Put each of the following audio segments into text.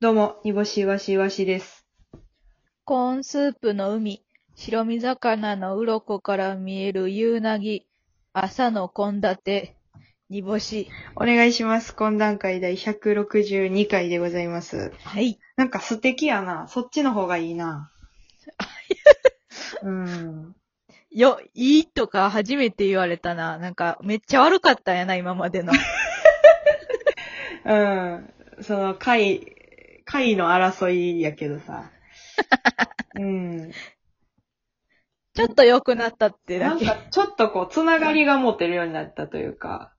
どうも、煮干しわしわしです。コーンスープの海、白身魚の鱗から見える夕なぎ、朝の献立、煮干し。お願いします。懇談会第162回でございます。はい。なんか素敵やな。そっちの方がいい な。うん。よ、いいとか初めて言われたな。なんか、めっちゃ悪かったんやな、今までの。うん。その、会、会の争いやけど さ。うん。 ちょっと良くなったってなだんけ。か、ちょっとこう、つながりが持てるようになったというか、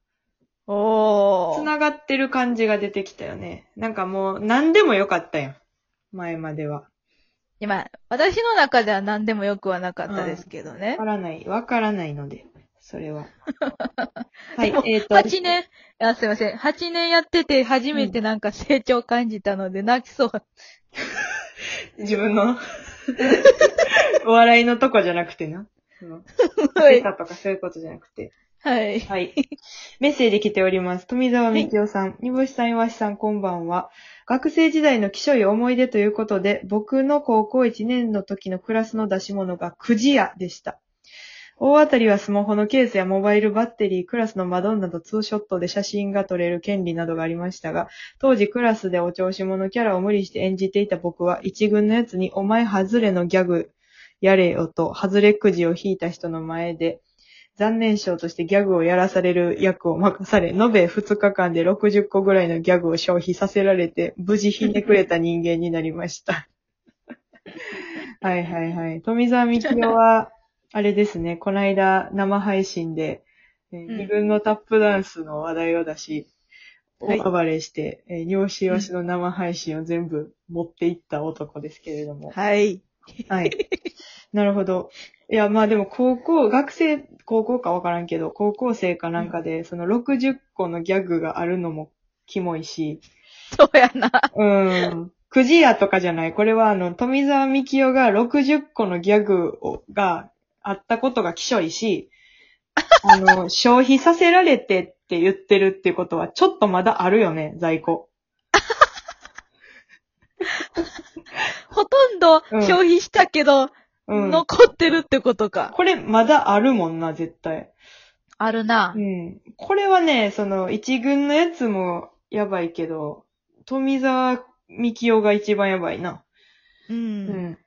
おつー。ながってる感じが出てきたよね。なんかもう、何でもよかったやん。前までは。今、私の中では何でもよくはなかったですけどわねか。らない、わからないので、それ は。はいでも、えっ、と。 8年、あ、すいません。8年やってて初めてなんか成長感じたので泣きそう。自分の、 お笑いのとこじゃなくてな。その、 はい出たとかそういうことじゃなくて。はい。はい。メッセージ来ております。富澤美夫さん、煮干しさん、岩しさん、こんばんは。学生時代の気象い思い出ということで、僕の高校1年の時のクラスの出し物がくじ屋でした。大当たりはスマホのケースやモバイルバッテリー、クラスのマドンナとツーショットで写真が撮れる権利などがありましたが、当時クラスでお調子者キャラを無理して演じていた僕は、一軍のやつにお前ハズレのギャグやれよと、ハズレくじを引いた人の前で、残念賞としてギャグをやらされる役を任され、延べ2日間で60個ぐらいのギャグを消費させられて、無事ひねくれた人間になりま した。はいはいはい。富澤美夫は、あれですね、この間生配信で、えーうん自分のタップダンスの話題を出し、はい大暴れして、えー、漁師よしの生配信を全部持っていった男ですけれども。はい。はい。なるほど。いや、まあでも高校、学生、高校かわからんけど、高校生かなんかで、その60個のギャグがあるのもキモいし、そうやな。うん。くじやとかじゃない。これはあの、富澤美樹が60個のギャグを、があったことがきしょい し、あの、消費させられてって言ってるっていうことは、ちょっとまだあるよね、在庫。ほとんどうん消費したけど、うん。残ってるってことか。これまだあるもんな、絶対。あるなう。ん。これはね、その、一軍のやつもやばいけど、富澤美樹が一番やばいな。う。うんん。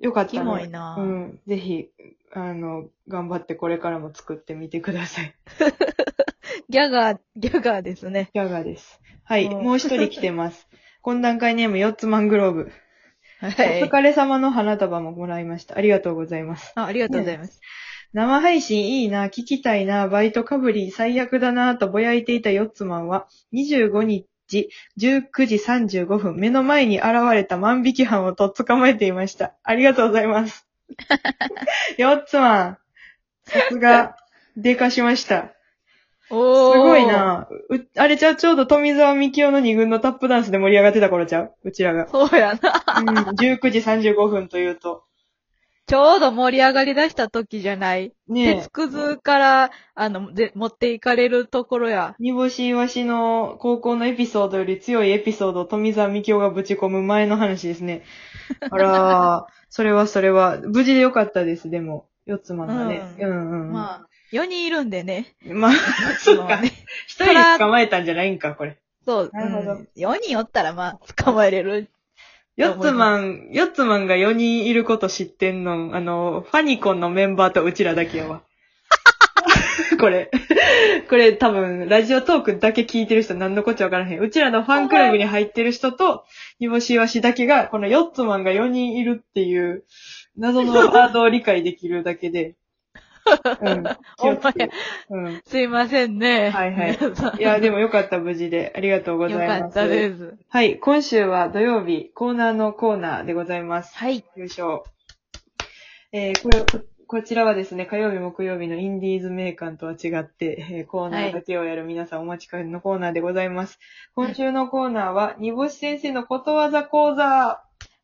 よかったキらモいなう。ん。ぜひ、あの、頑張ってこれからも作ってみてくださ い。ギャガー、ギャガーですね。ギャガです。はい。うんもう一人来てます。 懇談会ネーム4つマングローブ。はおい。疲れ様の花束ももらいました。ありがとうございます。あありがとうございます。生配信いいな、聞きたいな、バイトかぶり最悪だな、とぼやいていたヨッツマンは、25日、19時35分、目の前に現れた万引き犯をとっ捕まえていました。ありがとうございます。ヨッツマン、さすが、でかしました。すおー。ごい。な。うあれじゃあちょうど富澤美京の二軍のタップダンスで盛り上がってた頃ちゃううちらが。そうやな。うん、19時35分というと。ちょうど盛り上がり出した時じゃない。ねえ鉄くずから、あの、で、持っていかれるところや。煮干しイワシの高校のエピソードより強いエピソードを富澤美京がぶち込む前の話です ね。あらー、それはそれは、無事でよかったです、でも。四つまんだね。う、うんうん、うん。まあ、まあ、4人いるんでね。そっか。ね 一人で捕まえたんじゃないんか、これ。そう。なるほど4人おったら、まあ、捕まえれる。四つマン、四つマンが4人いること知ってんの、あの、ファニコンのメンバーとうちらだけやわ。 これ。これ多分、ラジオトークだけ聞いてる人何のこっちゃわからへん。うちらのファンクラブに入ってる人と、煮干しわしだけが、この四つマンが4人いるっていう、謎のワードを理解できるだけ で。うん。気をつけるうん。すいませんね。はい はい皆さんいや、でもよかった、無事で。ありがとうござよいます。かったです。はい、今週は土曜日、コーナーのコーナーでございます。はい。よいしょ。えーこれ、ここちらはですね、火曜日、木曜日のインディーズ名館とは違って、えーコーナーだけをやる皆さんお待ちかねのコーナーでございます。はい今週のコーナーは、煮干し先生のことわざ講座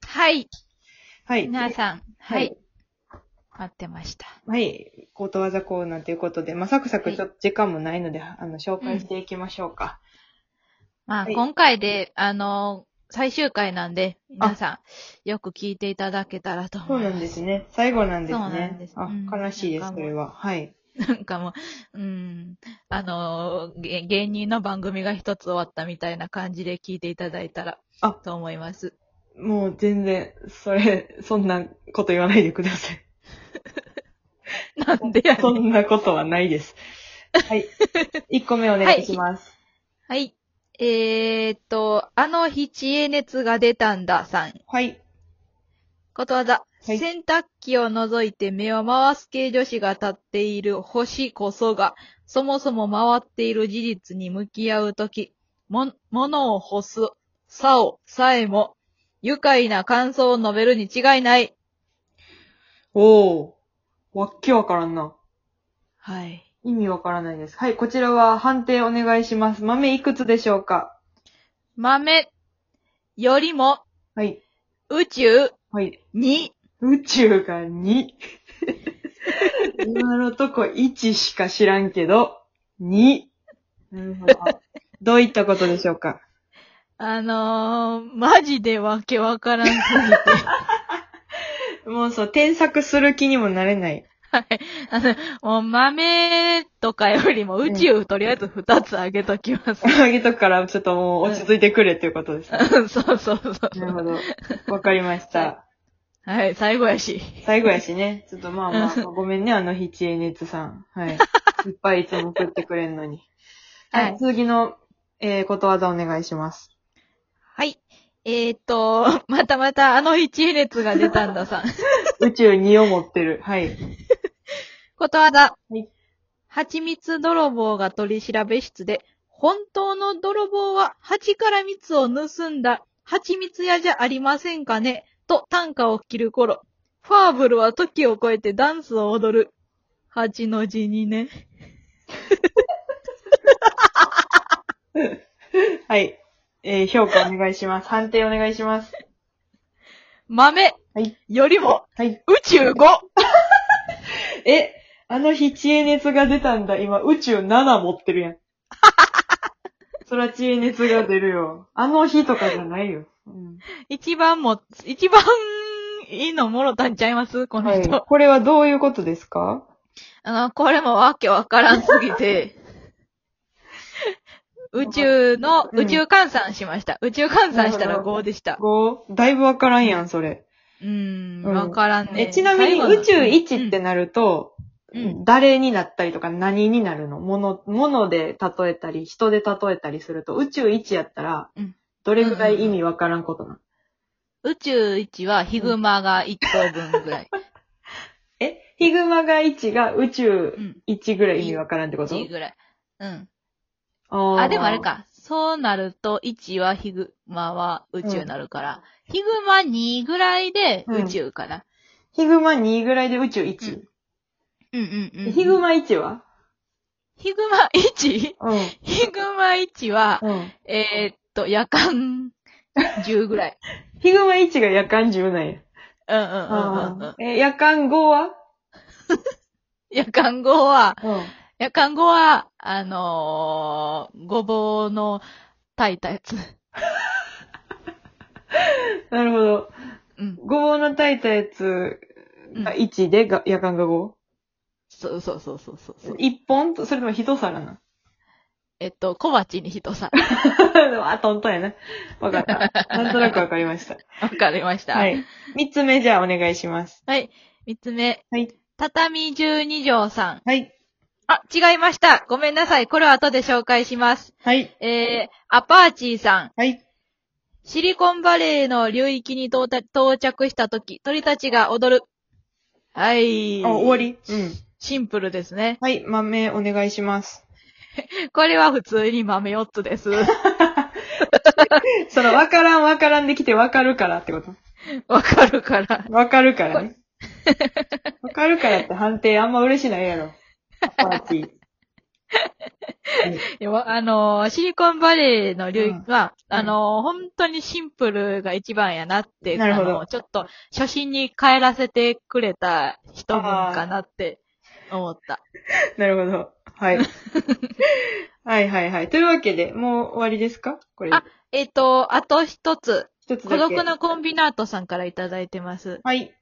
はい。はい。皆さん。ははいい。待ってました。はい。ことわざコーナーということで、まあ、サクサクはいちょっと時間もないので、あの、紹介していきましょうか。まあ、はい今回で、あの、最終回なんで、皆さん、よく聞いていただけたらとそ思ういなます。んですね。最後なんですね。そうなんですあうん、悲しいです、なんそかもうれは。はい。なんかもう、うん、あのー、げ芸人の番組が一つ終わったみたいな感じで聞いていただいたら、あと思います。もう全然、それ、そんなこと言わないでください。なんで やねそん。んなことはないです。はい。1個目お願いします。はい。えー、っと、あの日知恵熱が出たんださん。はい。ことわざ。はい洗濯機を除いて目を回す系女子が立っている星こそが、そもそも回っている事実に向き合うとき、も、物を干す、さを、さえも、愉快な感想を述べるに違いない。おー。わっけわからんな。はい。意味わからないです。はい、こちらは判定お願いします。豆いくつでしょうか豆よりもはい。宇宙はい。に、宇宙が2。今のとこ1しか知らんけど、2。なるほど。どういったことでしょうかあのー、マジでわけわからんすぎて。 もうそう、添削する気にもなれない。はい。あの、もう豆とかよりも宇宙とりあえず二つあげときます。 あげとくから、ちょっともう落ち着いてくれっていうことですね。そうそうそう。なるほど。わかりました。はい、最後やし。最後やしね。ちょっとまあまあ、ごめんね、あの日知恵熱さん。 はい。いっぱいいつも送ってくれんのに。ははいい。次の、えー、ことわざお願いします。はい。えー、っと、またまたあの一位列が出たんださん。宇宙2を持ってる。はい。ことわざはい。蜂蜜泥棒が取り調べ室で、本当の泥棒は蜂から蜜を盗んだ蜂蜜屋じゃありませんかねと短歌を切る頃、ファーブルは時を超えてダンスを踊る。蜂の字にね。はい。えー、評価お願いします。判定お願いします。豆はい。よりもはい。宇宙 5! え、あの日知恵熱が出たんだ。今、宇宙7持ってる やん。そら知恵熱が出るよ。あの日とかじゃないよ。うん一番も、一番いいのもろたんちゃいますこのはい人。。これはどういうことですかあの、これもわけわからんすぎ て、宇宙の、うん宇宙換算しました。宇宙換算したなるらほど5でした。こう、だいぶわからんやん、それ。うーん、うんわからんね。え、ちなみに最後の宇宙1って、なると、うんうん誰になったりとか何になるのもの、もので例えたり、人で例えたりすると、宇宙1やったらうん、どれぐらい意味わからんことなの、宇宙1はヒグマが1頭分ぐらい。え、ヒグマが1が宇宙うん、 1ぐらい意味わからんってこと1ぐらい。うん。あーあ、でもあれ。か。そうなると、1はヒグマは宇宙になるから、ヒグマ2ぐらいで宇宙かな。ヒグマ2ぐらいで宇宙1。うん、うん、うんうんヒグマ1はヒグマ 1? うん。ヒグマ1は、 うん。えーっと、夜間10ぐらい。ヒグマ1が夜間10なんや。 うんうんうんうんうん。え、夜間5は夜間後は、うん。夜間後は、あのー、ごぼうの炊いたやつ。なるほど。うん。ごぼうの炊いたやつが1で、が夜間が 5? そうそうそうそうそうそう。一本と、それとも一皿な。えっと、小鉢に人 さ。 あ、トントンやな。わかった。 なんとなくわかりました。わかりました。は。い。三つ目じゃあお願いします。はい。三つ目。はい。畳十二条さん。はい。あ、違いました。ごめんなさい。これは後で紹介します。はい。えー、アパーチーさん。はい。シリコンバレーの領域に到達到着したとき、鳥たちが踊る。はい。あ、終わりうん。シンプルですね。はい、豆お願いします。これは普通に豆4つ です。その、わからんわからんできてわかるからってことわかるから。わかるから ね。わかるからって判定あんま嬉しないや ろ。パーティー。いやあのーシリコンバレーの領域は、うんあのー本当にシンプルが一番やなって、なるほどあのーちょっと初心に帰らせてくれた人分かなって思った。なる ほど。はい。はいはいはい。というわけで、もう終わりですかこれ。あえっ、と、あと一つ、一つだ孤け。独なコンビナートさんからいただいてます。はい。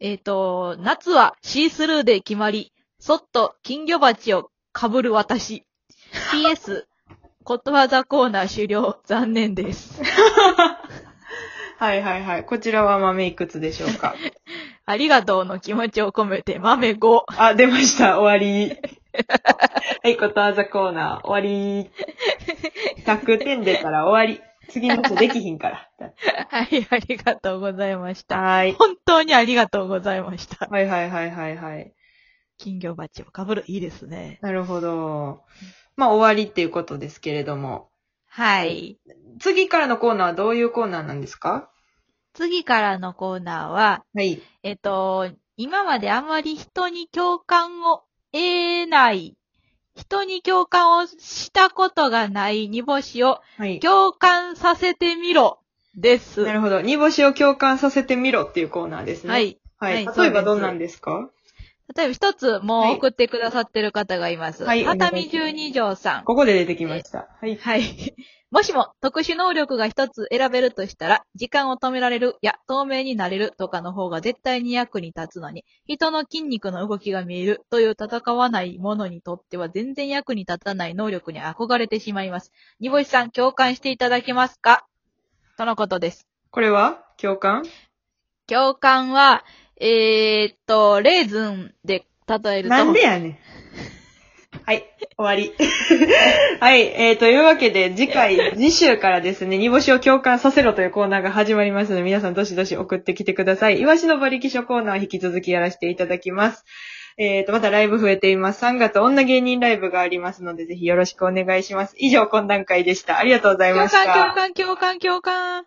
えっ、と、夏はシースルーで決まり、そっと金魚鉢をかぶる 私。PS、ことわざコーナー終了。残念です。 はいはいはい。こちらは豆いくつでしょうか。ありがとうの気持ちを込めて豆5。あ、出ました。終わり。はい、ことわざコーナー、終わり。100点出たら終わり。次の人できひんから。はい、ありがとうございました。はーい。本当にありがとうございました。はいはいはいはいはい。金魚鉢をかぶる。いいですね。なるほど。まあ、終わりっていうことですけれども。はい。次からのコーナーはどういうコーナーなんですか次からのコーナーは、はい。えっと、今まであまり人に共感を得ない、人に共感をしたことがない煮干しをはい。共感させてみろです。なるほど。煮干しを共感させてみろっていうコーナーですね。は。い。はい。はい例えばそどうんですなんですか例えば一つはもいう送ってくださってる方がいます。はい畳十二条さん。ここで出てきました。はい。はい。 もしも特殊能力が一つ選べるとしたら、時間を止められるや透明になれるとかの方が絶対に役に立つのに、人の筋肉の動きが見えるという戦わないものにとっては全然役に立たない能力に憧れてしまいます。煮干しさん共感していただけますかとのことです。これは共感共感は、えー、っと、レーズンで例えると。なんでやねん。 はい、終わり。 はい、えー、というわけで、次 回、次週からですね、煮干しを共感させろというコーナーが始まりますので、皆さんどしどし送ってきてください。イワシの馬力書コーナーは引き続きやらせていただきます。えー、と、またライブ増えています。3月女芸人ライブがありますので、ぜひよろしくお願いします。以上、懇談会でした。ありがとうございま共した。感、共感、共感、共感。